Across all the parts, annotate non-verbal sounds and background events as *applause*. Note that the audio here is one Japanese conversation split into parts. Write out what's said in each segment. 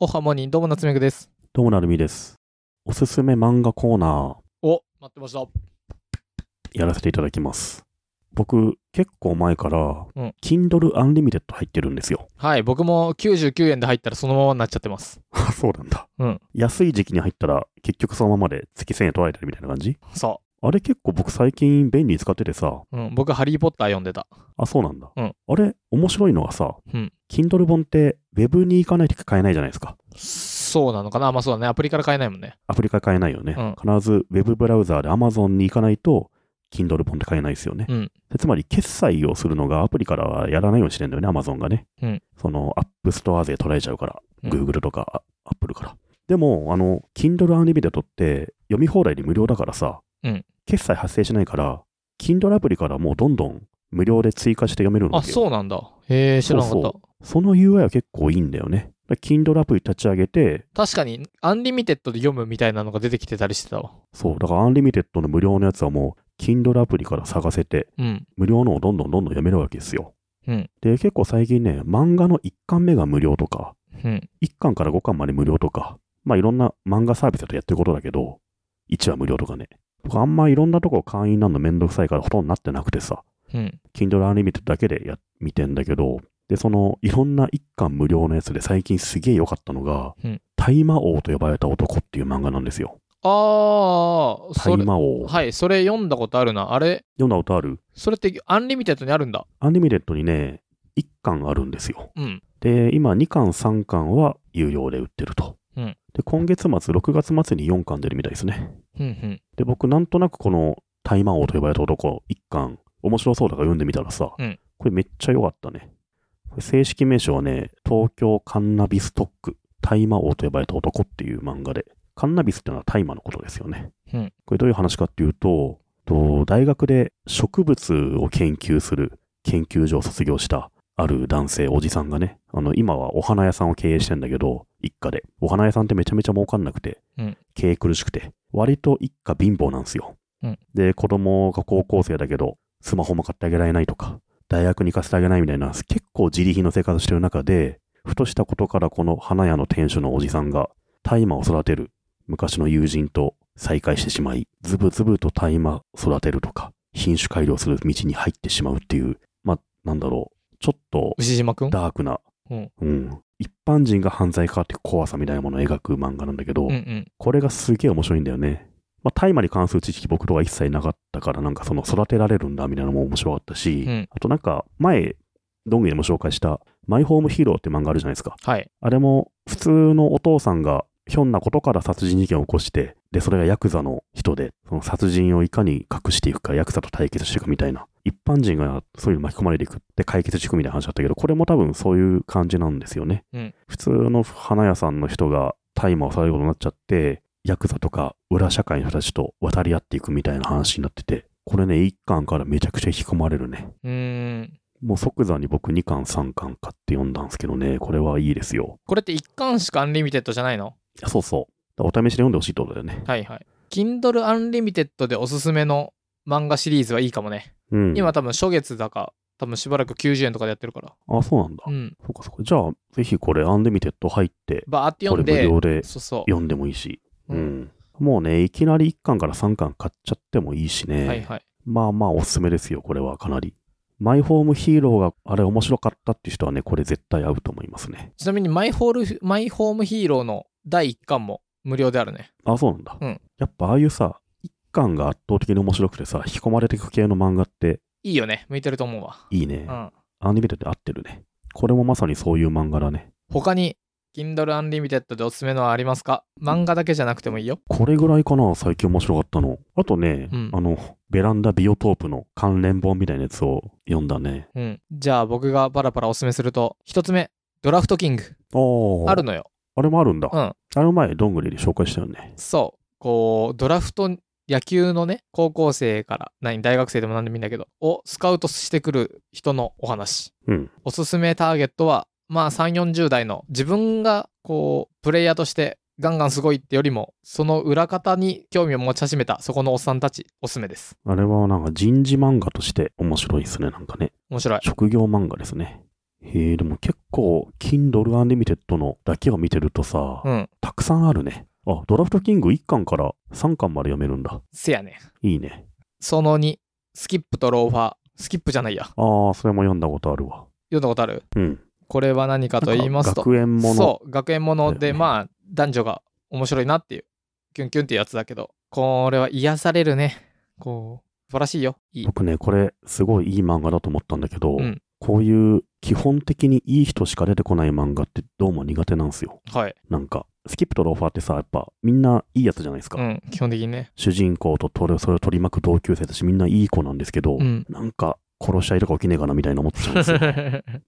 おはもに、どうも、夏目くです。どうもなるみです。おすすめ漫画コーナお、待ってました。ーやらせていただきます。僕、結構前からうん、 Kindle Unlimited 入ってるんですよ。 *laughs* はい、僕も99円で入ったらそのままになっちゃってます。あ、そうなんだ。うん安い時期に入ったら、結局そのままで月1000円取られてるみたいな感じそあれ結構僕最近便利に使っててさ、う。うん、僕、ハリー・ポッター読んでた。あ、そうなんだ。うんあれ、面白いのがさ、うん Kindle 本って Web に行かないと買えないじゃないですか。そうなのかなまあそうだね。アプリから買えないもんね。アプリから買えないよね。うん必ず Web ブラウザーで Amazon に行かないと、Kindle 本って買えないですよね。うんでつまり、決済をするのがアプリからはやらないようにしてんだよね、Amazon がね。うんその App Store で取られちゃうから、うん Google とかあ Apple から。でも、あの、Kindle Unlimited って読み放題で無料だからさ、うん決済発生しないから、Kindle アプリからもうどんどん無料で追加して読めるのあ、そうなんだ。へえ、知らなかった。そうその UI は結構いいんだよね。だから Kindle アプリ立ち上げて、確かに、アンリミテッドで読むみたいなのが出てきてたりしてたわ。そう、だからアンリミテッドの無料のやつはもう、Kindle アプリから探せて、うん。無料のをどんどんどんどん読めるわけですよ。うんで、結構最近ね、漫画の1巻目が無料とか、うん。 1巻から5巻まで無料とか、まあいろんな漫画サービスだとやってることだけど、1話無料とかね。僕あんまいろんなとこ会員になるのめんどくさいからほとんどなってなくてさ、うん。 Kindle Unlimited だけでや見てんだけど、で、そのいろんな1巻無料のやつで最近すげえ良かったのが、うん大魔王と呼ばれた男っていう漫画なんですよ。あー、そ大れ、魔王。はい、それ読んだことあるな。あれ、読んだことあるそれってアンリミテッドにあるんだ。アンリミテッドにね、1巻あるんですよ。うん。で、今2巻3巻は有料で売ってると。うんで、今月末、6月末に4巻出るみたいですね。うんうん。で、僕なんとなくこの大魔王と呼ばれた男1巻、面白そうだから読んでみたらさ、うんこれめっちゃ良かったね。これ正式名称はね、東京カンナビストック、大魔王と呼ばれた男っていう漫画で、カンナビスってのは大麻のことですよね。うんこれどういう話かっていうと、と大学で植物を研究する研究所を卒業したある男性、おじさんがね、あの、今はお花屋さんを経営してんだけど、一家で。お花屋さんってめちゃめちゃ儲かんなくて、うん経営苦しくて、割と一家貧乏なんですよ。うんで、子供が高校生だけど、スマホも買ってあげられないとか、大学に行かせてあげないみたいな、結構自利品の生活してる中で、ふとしたことからこの花屋の店主のおじさんが、大麻を育てる昔の友人と再会してしまい、ズブズブと大麻育てるとか、品種改良する道に入ってしまうっていう、まあ、なんだろう、ちょっと牛島くんダークな、うんうん一般人が犯罪化っていう怖さみたいなものを描く漫画なんだけど、うんうん。これがすげえ面白いんだよね。まあ、大麻に関する知識僕とは一切なかったから、なんかその育てられるんだみたいなのも面白かったし、うんあとなんか前、どんぐりでも紹介した、マイホームヒーローって漫画あるじゃないですか。はい。あれも普通のお父さんがひょんなことから殺人事件を起こして、で、それがヤクザの人で、その殺人をいかに隠していくか、ヤクザと対決していくみたいな、一般人がそういうの巻き込まれていくって解決していくみたいな話だったけど、これも多分そういう感じなんですよね。うん普通の花屋さんの人が大麻をされることになっちゃって、ヤクザとか裏社会の人たちと渡り合っていくみたいな話になってて、これね、一巻からめちゃくちゃ引き込まれるね。うーん。もう即座に僕2巻3巻買って読んだんですけどね、これはいいですよ。これって一巻しかアンリミテッドじゃないのそうそう。お試しで読んでほしいってことだよね。はいはい。Kindle Unlimited でおすすめの漫画シリーズはいいかもね。うん。今多分初月だか、多分しばらく90円とかでやってるから。あ、そうなんだ。うん。そうかそうか。じゃあ、ぜひこれ、アンデミテッド入って、バーってこ読れん無で、料でそうそ読んでもいいし。う。う。ん。もうね、いきなり1巻から3巻買っちゃってもいいしね。はいはい。まあまあ、おすすめですよ、これはかなり。マイホームヒーローがあれ面白かったっていう人はね、これ絶対合うと思いますね。ちなみにマイホール、マイホームヒーローの第1巻も無料であるね。あ、そうなんだ。うんやっぱああいうさ、1巻が圧倒的に面白くてさ、引き込まれていく系の漫画っていいよね。向いてると思うわ。いいねう。ん。アンデミテッド合ってるね。これもまさにそういう漫画だね。他に、Kindle Unlimited でおすすめのはありますか漫画だけじゃなくてもいいよ。これぐらいかな、最近面白かったの。あとね、うんあの、ベランダビオトープの関連本みたいなやつを読んだね。うん。じゃあ僕がパラパラおすすめすると、一つ目、ドラフトキング。ああるのよ。あれもあるんだ。うんあれも前、どんぐりで紹介したよね。そう、こう、ドラフト、野球のね、高校生から、何、大学生でも何でもいいんだけど、をスカウトしてくる人のお話。うん。おすすめターゲットは、まあ、3、40代の自分が、こう、プレイヤーとして、ガンガンすごいってよりも、その裏方に興味を持ち始めた、そこのおっさんたち、おすすめです。あれはなんか人事漫画として面白いですね、なんかね。面白い。職業漫画ですね。へえ、でも結構、Kindle Unlimited のだけを見てるとさ、うん。たくさんあるね。あ、ドラフトキング1巻から3巻まで読めるんだ。せやね。いいね。その2、スキップとローファー。スキップじゃないや。ああ、それも読んだことあるわ。読んだことあるうん。これは何かと言いますと、学園もの。そう、学園ものだで、よねまあ、男女が面白いなっていう、キュンキュンってやつだけど、これは癒されるね。こう、素晴らしいよ。いい。僕ね、これ、すごいいい漫画だと思ったんだけど、うんこういう基本的にいい人しか出てこない漫画ってどうも苦手なんですよ。はい。なんか、スキップとローファーってさ、やっぱみんないいやつじゃないですか。うん、基本的にね。主人公と取るそれを取り巻く同級生たちみんないい子なんですけど、う *laughs* ん。なんか殺し合いとか起きねえかなみたいな思ってた *laughs* んですよ。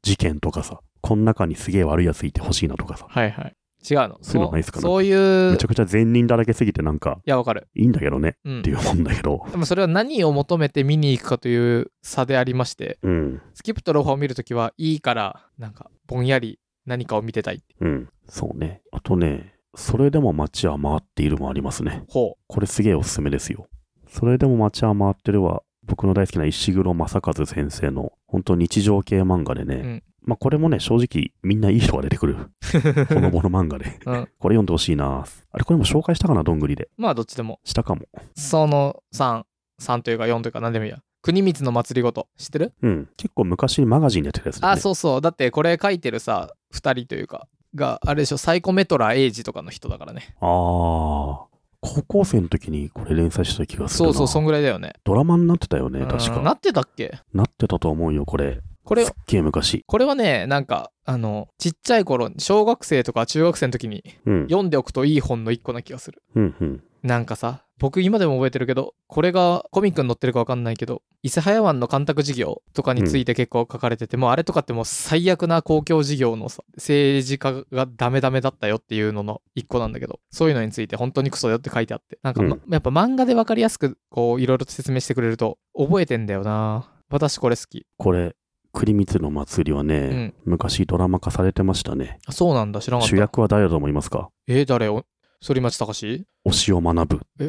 事件とかさ、この中にすげえ悪いやついてほしいなとかさ、はいはい。違うの。そういうのないっすかそういう、いめちゃくちゃ善人だらけすぎてなんかや、わかる。いいんだけどねうん。っていうもんだけど、でもそれは何を求めて見に行くかという差でありまして、うん、スキップとローファーを見るときはいいから、なんか、ぼんやり何かを見てたいって。うん、そうね。あとね、それでも街は回っているもありますね。ほこれすげえおすすめですよ。それでも街は回ってるは、僕の大好きな石黒正和先生の本当日常系漫画でね、うんまあこれもね、正直みんないい人が出てくる。 *laughs* ほのぼの漫画で。う。うん。これ読んでほしいな。あれこれも紹介したかな、どんぐりで。まあ、どっちでも。したかも。その3、3というか4というか何でもいいや。国光の祭りごと。知ってるうん。結構昔にマガジンでやってたやつだよね。あ、そうそう。だってこれ書いてるさ、2人というか、が、あれでしょ、サイコメトラエイジとかの人だからね。あー高校生の時にこれ連載してた気がするそな。うそう、そんぐらいだよね。ドラマになってたよね、確うか。んななってたっけってたと思うよ、これ。これすっ、げえ昔。これはね、なんか、あの、ちっちゃい頃、小学生とか中学生の時にうん。読んでおくといい本の一個な気がする。うんうん。なんかさ、僕今でも覚えてるけど、これがコミックに載ってるかわかんないけど、伊勢早湾の干拓事業とかについて結構書かれてて、もうあれとかってもう最悪な公共事業のさ、政治家がダメダメだったよっていうのの一個なんだけど、そういうのについて本当にクソだよって書いてあって、なんか、まやっぱ漫画でわかりやすくこういろいろと説明してくれると覚えてんだよな私これ好き。これ、栗光の祭りはね、うん昔ドラマ化されてましたね。あそうなんだ、知らなかった。主役は誰だと思いますかえー、誰お反町隆史推を学 *laughs* ぶ。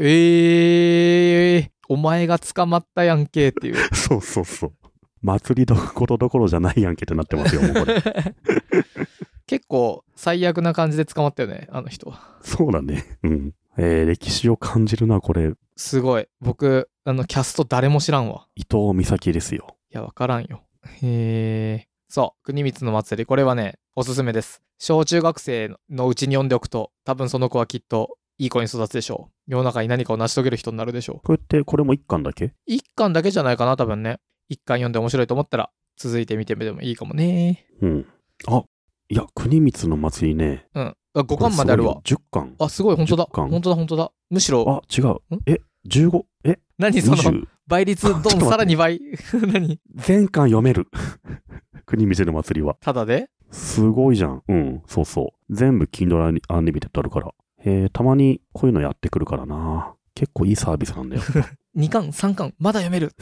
えー、お前が捕まったやんけっていう。そうそうそう。祭りどことどころじゃないやんけってなってますよ、もう *laughs* これ。結構最悪な感じで捕まったよねあの人はそうだね。うん。えー歴史を感じるな、これ。すごい僕あのキャスト誰も知らんわ伊藤美咲ですよ。いやわからんよへえそう国光の祭りこれはねおすすめです小中学生のうちに読んでおくと多分その子はきっといい子に育つでしょう世の中に何かを成し遂げる人になるでしょうこれって、これも一巻だけ一巻だけじゃないかな多分ね一巻読んで面白いと思ったら続いて見てみてもいいかもねうん。あ、いや、国光の祭りね。うんあ5巻まであるわこれすごいよ10巻。あすごい本当だ10巻本当だ本当だむしろあ、違う。え、15? え、何その 20? 倍率ドちょっと待っンてさらに倍 *laughs* 何全巻読める。 *laughs* 国光の祭りは。ただですごいじゃん。うん、そうそう。全部 Kindle Unlimited あるから。えー、たまにこういうのやってくるからな。結構いいサービスなん *laughs* だよ。 2巻3巻まだ読める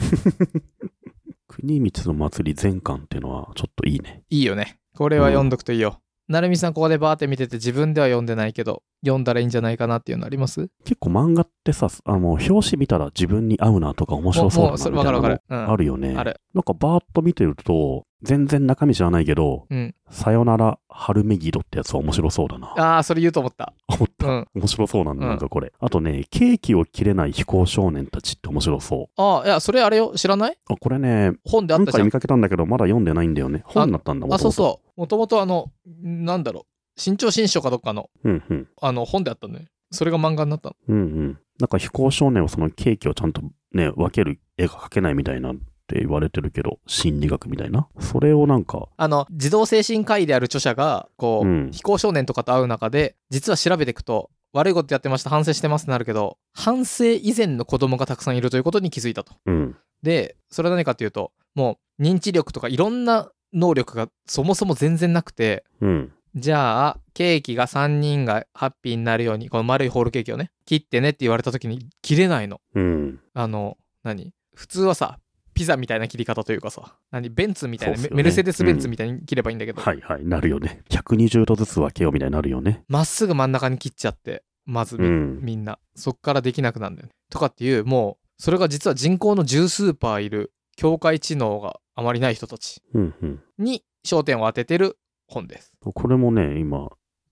国光の祭り全巻っていうのはちょっといいね。いいよねこれは読んどくといいよ、なるみさんここでバーって見てて自分では読んでないけど読んだらいいんじゃないかなっていうのあります結構漫画ってさ、あの、表紙見たら自分に合うなとか面白そうだもなうみそたれいなわかるわかる、うのん、あるよね。あるなんかバーッと見てると、全然中身知らないけど、うんさよなら春メギドってやつは面白そうだな。ああそれ言うと思った思った。うん *laughs* 面白そうなんだ、うんなんかこれ。あとね、ケーキを切れない飛行少年たちって面白そ。ああいやそれあれよ知らないうあ、これね、本であっ何たじ回ゃん見かけたんだけど、まだ読んでないんだよね。本になったんだもんあそうそうもともとあのなんだろう新潮新書かどっかのう。うんうん。あの本であったんだよねそれが漫画になったのうんうん。なんか飛行少年はそのケーキをちゃんとね、分ける絵が描けないみたいなって言われてるけど、心理学みたいな。それをなんか、あの児童精神科医である著者がこう、うん非行少年とかと会う中で実は調べていくと悪いことやってました反省してますってなるけど反省以前の子供がたくさんいるということに気づいたと。うん。でそれは何かっていうともう認知力とかいろんな能力がそもそも全然なくてうん。じゃあケーキが3人がハッピーになるようにこの丸いホールケーキをね切ってねって言われた時に切れないの。うん。あの、何普通はさ、ピザみたいな切り方というかさ、何ベンツみたいな、そうっすよメねメルセデス・ベンツみたいに切ればいいんだけど、はいはい。なるよね。120度ずつ分けようみたいになるよね。まっすぐ真ん中に切っちゃって、まずみ,、うん。んな、そっからできなくなるんだよね。とかっていう、もう、それが実は人口の十数パーいる、境界知能があまりない人たちうんうん。に焦点を当ててる本です。これもね、今、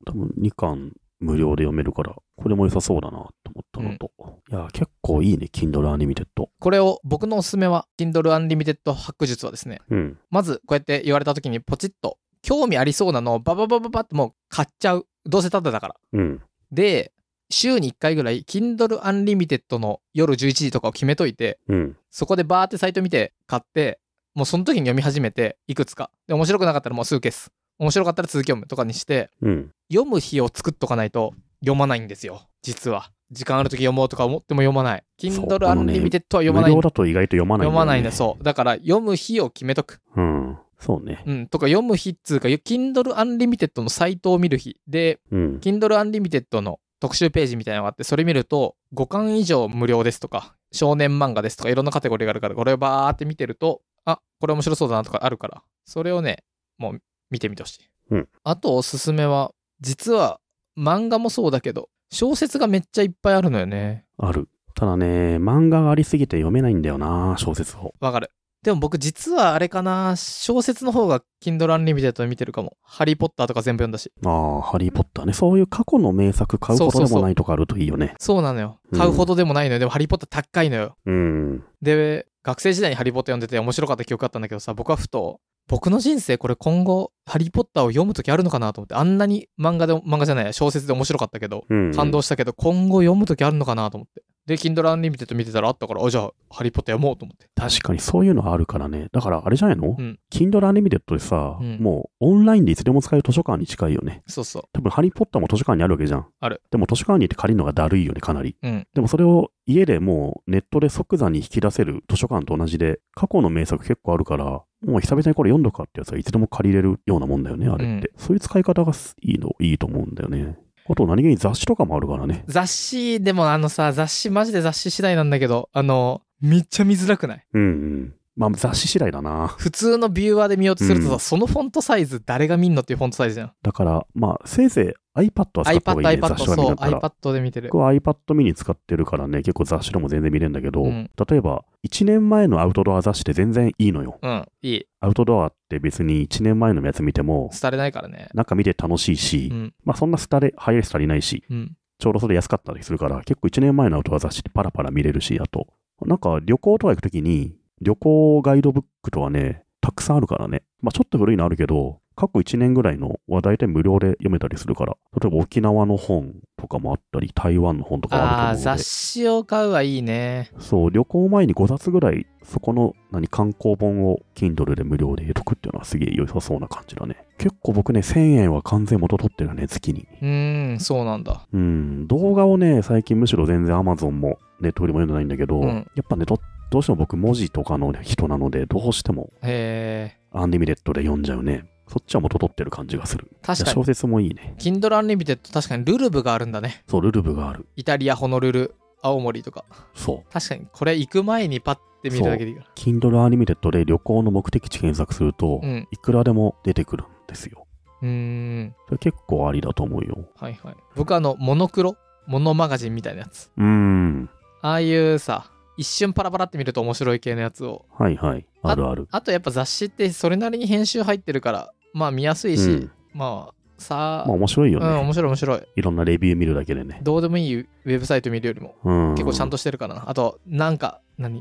多分2巻無料で読めるから、これも良さそうだなと思ったのと。いや、結構いいね、Kindle Unlimited。これを僕のおすすめは Kindle Unlimited 発掘術はですね、うん。まずこうやって言われた時にポチッと興味ありそうなのをバババババってもう買っちゃう。どうせタダだから。うん。で、週に1回ぐらい Kindle Unlimited の夜11時とかを決めといて、うん。そこでバーってサイト見て買って、もうその時に読み始めて、いくつか。で、面白くなかったらもうすぐ消す。面白かったら続き読むとかにして、うん。読む日を作っとかないと読まないんですよ、実は。時間ある時読もうとか思っても読まない。そう Kindle あのね Unlimited は読ま無ない。料だと意外と読まない読まないね、う。そう。だから読む日を決めとく。うん。そうね。うん。とか読む日っつうか、Kindle Unlimited のサイトを見る日。で、うん。 Kindle Unlimited の特集ページみたいなのがあって、それ見ると、5巻以上無料ですとか、少年漫画ですとか、いろんなカテゴリーがあるから、これをバーって見てると、あ、これ面白そうだなとかあるから、それをね、もう見てみてほしい。うんあとおすすめは、実は漫画もそうだけど、小説がめっちゃいっぱいあるのよね。ある。ただね、漫画がありすぎて読めないんだよな、小説を。わかる。でも僕実はあれかな、小説の方が Kindle Unlimited で見てるかも。ハリー・ポッターとか全部読んだし。ああ、ハリー・ポッターね。そういう過去の名作買うほどでもないとかあるといいよね。そうなのよ。うん買うほどでもないのよ。でもハリー・ポッター高いのよ。うん。で、学生時代にハリー・ポッター読んでて面白かった記憶あったんだけどさ、僕はふと、僕の人生これ今後、ハリー・ポッターを読む時あるのかなと思って、あんなに漫画で、漫画じゃないや、小説で面白かったけど、うん。感動したけど、今後読む時あるのかなと思って。で、Kindle Unlimited 見てたらあったから、あ、じゃあ、ハリー・ポッター読もうと思って。確かにそういうのはあるからね。だからあれじゃないの、うん ?Kindle Unlimited でさ、うんもうオンラインでいつでも使える図書館に近いよね。そうそ多分ハリー・ポッターも図書館にあるわけじゃん。ある。でも図書館に行って借りるのがだるいよね、かなり。う。うん。でもそれを家でもうネットで即座に引き出せる図書館と同じで、過去の名作結構あるから、もう久々にこれ読んどくかってやつはいつでも借りれるようなもんだよね、あれって。そういう使い方がすいいの、いいと思うんだよね。あと何気に雑誌とかもあるからね。雑誌、でもあのさ、雑誌、マジで雑誌次第なんだけど、あの、めっちゃ見づらくないうんうん。まあ雑誌次第だな。普通のビューワーで見ようとするとさ、うんそのフォントサイズ誰が見んのっていうフォントサイズじゃん。だから、まあせいぜい iPad は使った方 iPad、がいいね、 iPad、雑誌は見そう、ながら。 iPad で見てる。僕は iPad mini 使ってるからね、結構雑誌でも全然見れるんだけど、うん例えば1年前のアウトドア雑誌って全然いいのよ。うん、いい。アウトドアって別に1年前のやつ見ても、廃れないからね。なんか見て楽しいし、うん、まあそんな廃れ、流行り廃りないし、うん。ちょうどそれ安かったりするから、結構1年前のアウトドア雑誌ってパラパラ見れるし、あと、なんか旅行とか行くときに、旅行ガイドブックとかね、たくさんあるからね。まあちょっと古いのあるけど、過去1年ぐらいのは大体無料で読めたりするから、例えば沖縄の本とかもあったり、台湾の本とかもあああ、ると思う雑ので、誌を買うはいいね。そう、旅行前に5冊ぐらい、そこの何観光本を Kindle で無料で得くっていうのはすげえ良さそうな感じだね。結構僕ね、1000円は完全元取ってるね、月に。うーん、そうなんだ。うん、動画をね、最近むしろ全然 Amazon もネットよりも読んでないんだけど、うんやっぱねど、どうしても僕文字とかの人なので、どうしてもへえ。アンリミレッドで読んじゃうね。そっちは元取ってる感じがする。確か小に。説もいいね。 Kindle Unlimited、確かにルルブがあるんだね。そう、ルルブがある。イタリア、ホノルル、青森とか。そう。確かに、これ行く前にパッて見るだけでいいから。 Kindle アニメテッドで旅行の目的地検索すると、うん。いくらでも出てくるんですよ。うーん。それ結構ありだと思うよ。はいはい。僕あの、モノクロ、モノマガジンみたいなやつ。うーん。ああいうさ、一瞬パラパラって見ると面白い系のやつをはいはい。あるある。あとやっぱ雑誌ってそれなりに編集入ってるから、まあ見やすいし、うん、まあさまあ面白いようね、ん、面白い面白い。いろんなレビュー見るだけでね。どうでもいいウェブサイト見るよりもうん。結構ちゃんとしてるからな。あと、なんか、何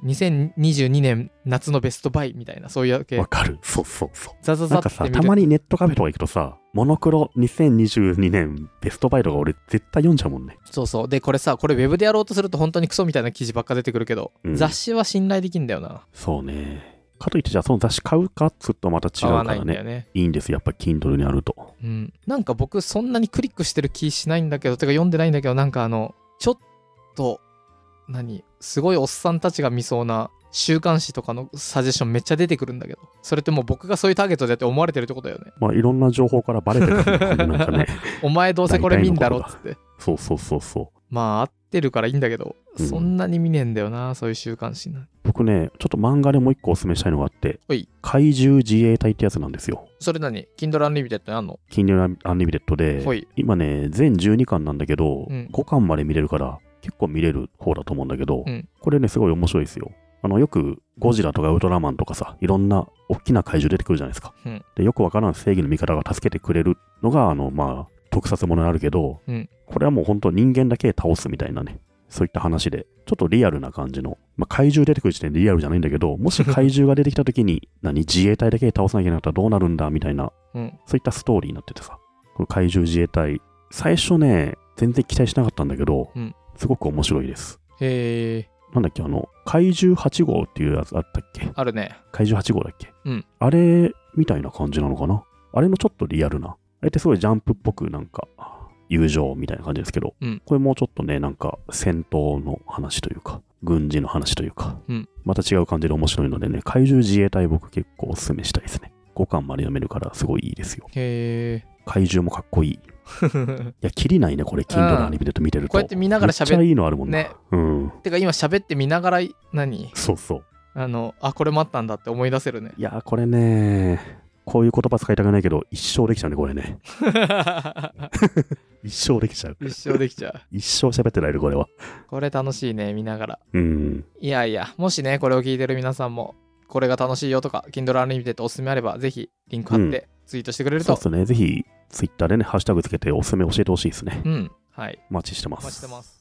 ?2022 年夏のベストバイみたいな、そういう系わ。かる。そうそうそう。ザザなザんっかてさ、見る。たまにネットカフェとか行くとさ、モノクロ2022年ベストバイとか俺絶対読んじゃうもんね。そうそう。で、これさ、これウェブでやろうとすると本当にクソみたいな記事ばっか出てくるけど、うん雑誌は信頼できんだよな。そうね。かといってじゃあその雑誌買うかっつうとまた違合わうかないらんだよね。ね。いいんですやっぱ Kindle にあると。うん。なんか僕、そんなにクリックしてる気しないんだけど、てか読んでないんだけど、なんかあの、ちょっと、何すごいおっさんたちが見そうな週刊誌とかのサジェッションめっちゃ出てくるんだけど、それってもう僕がそういうターゲットでって思われてるってことだよね。まあいろんな情報からバレてくる *laughs* 感じなんかね。お前どうせこれ見んだろっつって。そうそうそうそう。まあ合ってるからいいんだけど、うんそんなに見ねえんだよな、そういう週刊誌な。僕ね、ちょっと漫画でもう一個おすすめしたいのがあってほい、怪獣自衛隊ってやつなんですよ。それ何 ?Kindle Unlimited にあんの Kindle Unlimited でほ、い。今ね、全12巻なんだけど、うん5巻まで見れるから、結構見れる方だと思うんだけど、うんこれね、すごい面白いですよ。ああの、よくゴジラとかウルトラマンとかさ、いろんな大きな怪獣出てくるじゃないですか。うんで、よくわからん正義の味方が助けてくれるのが、あの、まあ、特撮ものにあるけど、うんこれはもう本当人間だけ倒すみたいなね、そういった話で、ちょっとリアルな感じの、まあ、怪獣出てくる時点でリアルじゃないんだけど、もし怪獣が出てきた時に、何、自衛隊だけで倒さなきゃいけなかったらどうなるんだみたいな、うんそういったストーリーになっててさ、この怪獣自衛隊、最初ね、全然期待しなかったんだけど、うんすごく面白いです。へえ、なんだっけ、あの、怪獣8号っていうやつあったっけあるね。怪獣8号だっけ、うんあれみたいな感じなのかなあれのちょっとリアルな。あれってすごいジャンプっぽくなんか、友情みたいな感じですけど、うんこれもうちょっとね、なんか戦闘の話というか、軍事の話というか、うんまた違う感じで面白いのでね、怪獣自衛隊僕結構おすすめしたいですね。5巻まで読めるからすごいいいですよ。へえ。怪獣もかっこいい。いや、きりないね、これ、Kindle のアニメでと見てると。こうやって見ながら喋っめっちゃいいのあるもんなねうん。 *laughs* てか今喋って見ながら、何そうそう。あの、あ、これもあったんだって思い出せ *laughs* るね。いやー、これね、こういう言葉使いたくないけど、一生できちゃうね、これね。一生できちゃう。一生できちゃ一生喋ってられる、これは。う。これ楽しいね、見ながら。うん。いやいや、もしね、これを聞いてる皆さんも、これが楽しいよとか、Kindle Unlimited おすすめあれば、ぜひリンク貼ってツイートしてくれるそうとっ。すね。ぜひ、ツイッターでね、ハッシュタグつけておすすめ教えてほしいですね。うん、はい。お待ちしてまおす。待ちしてます。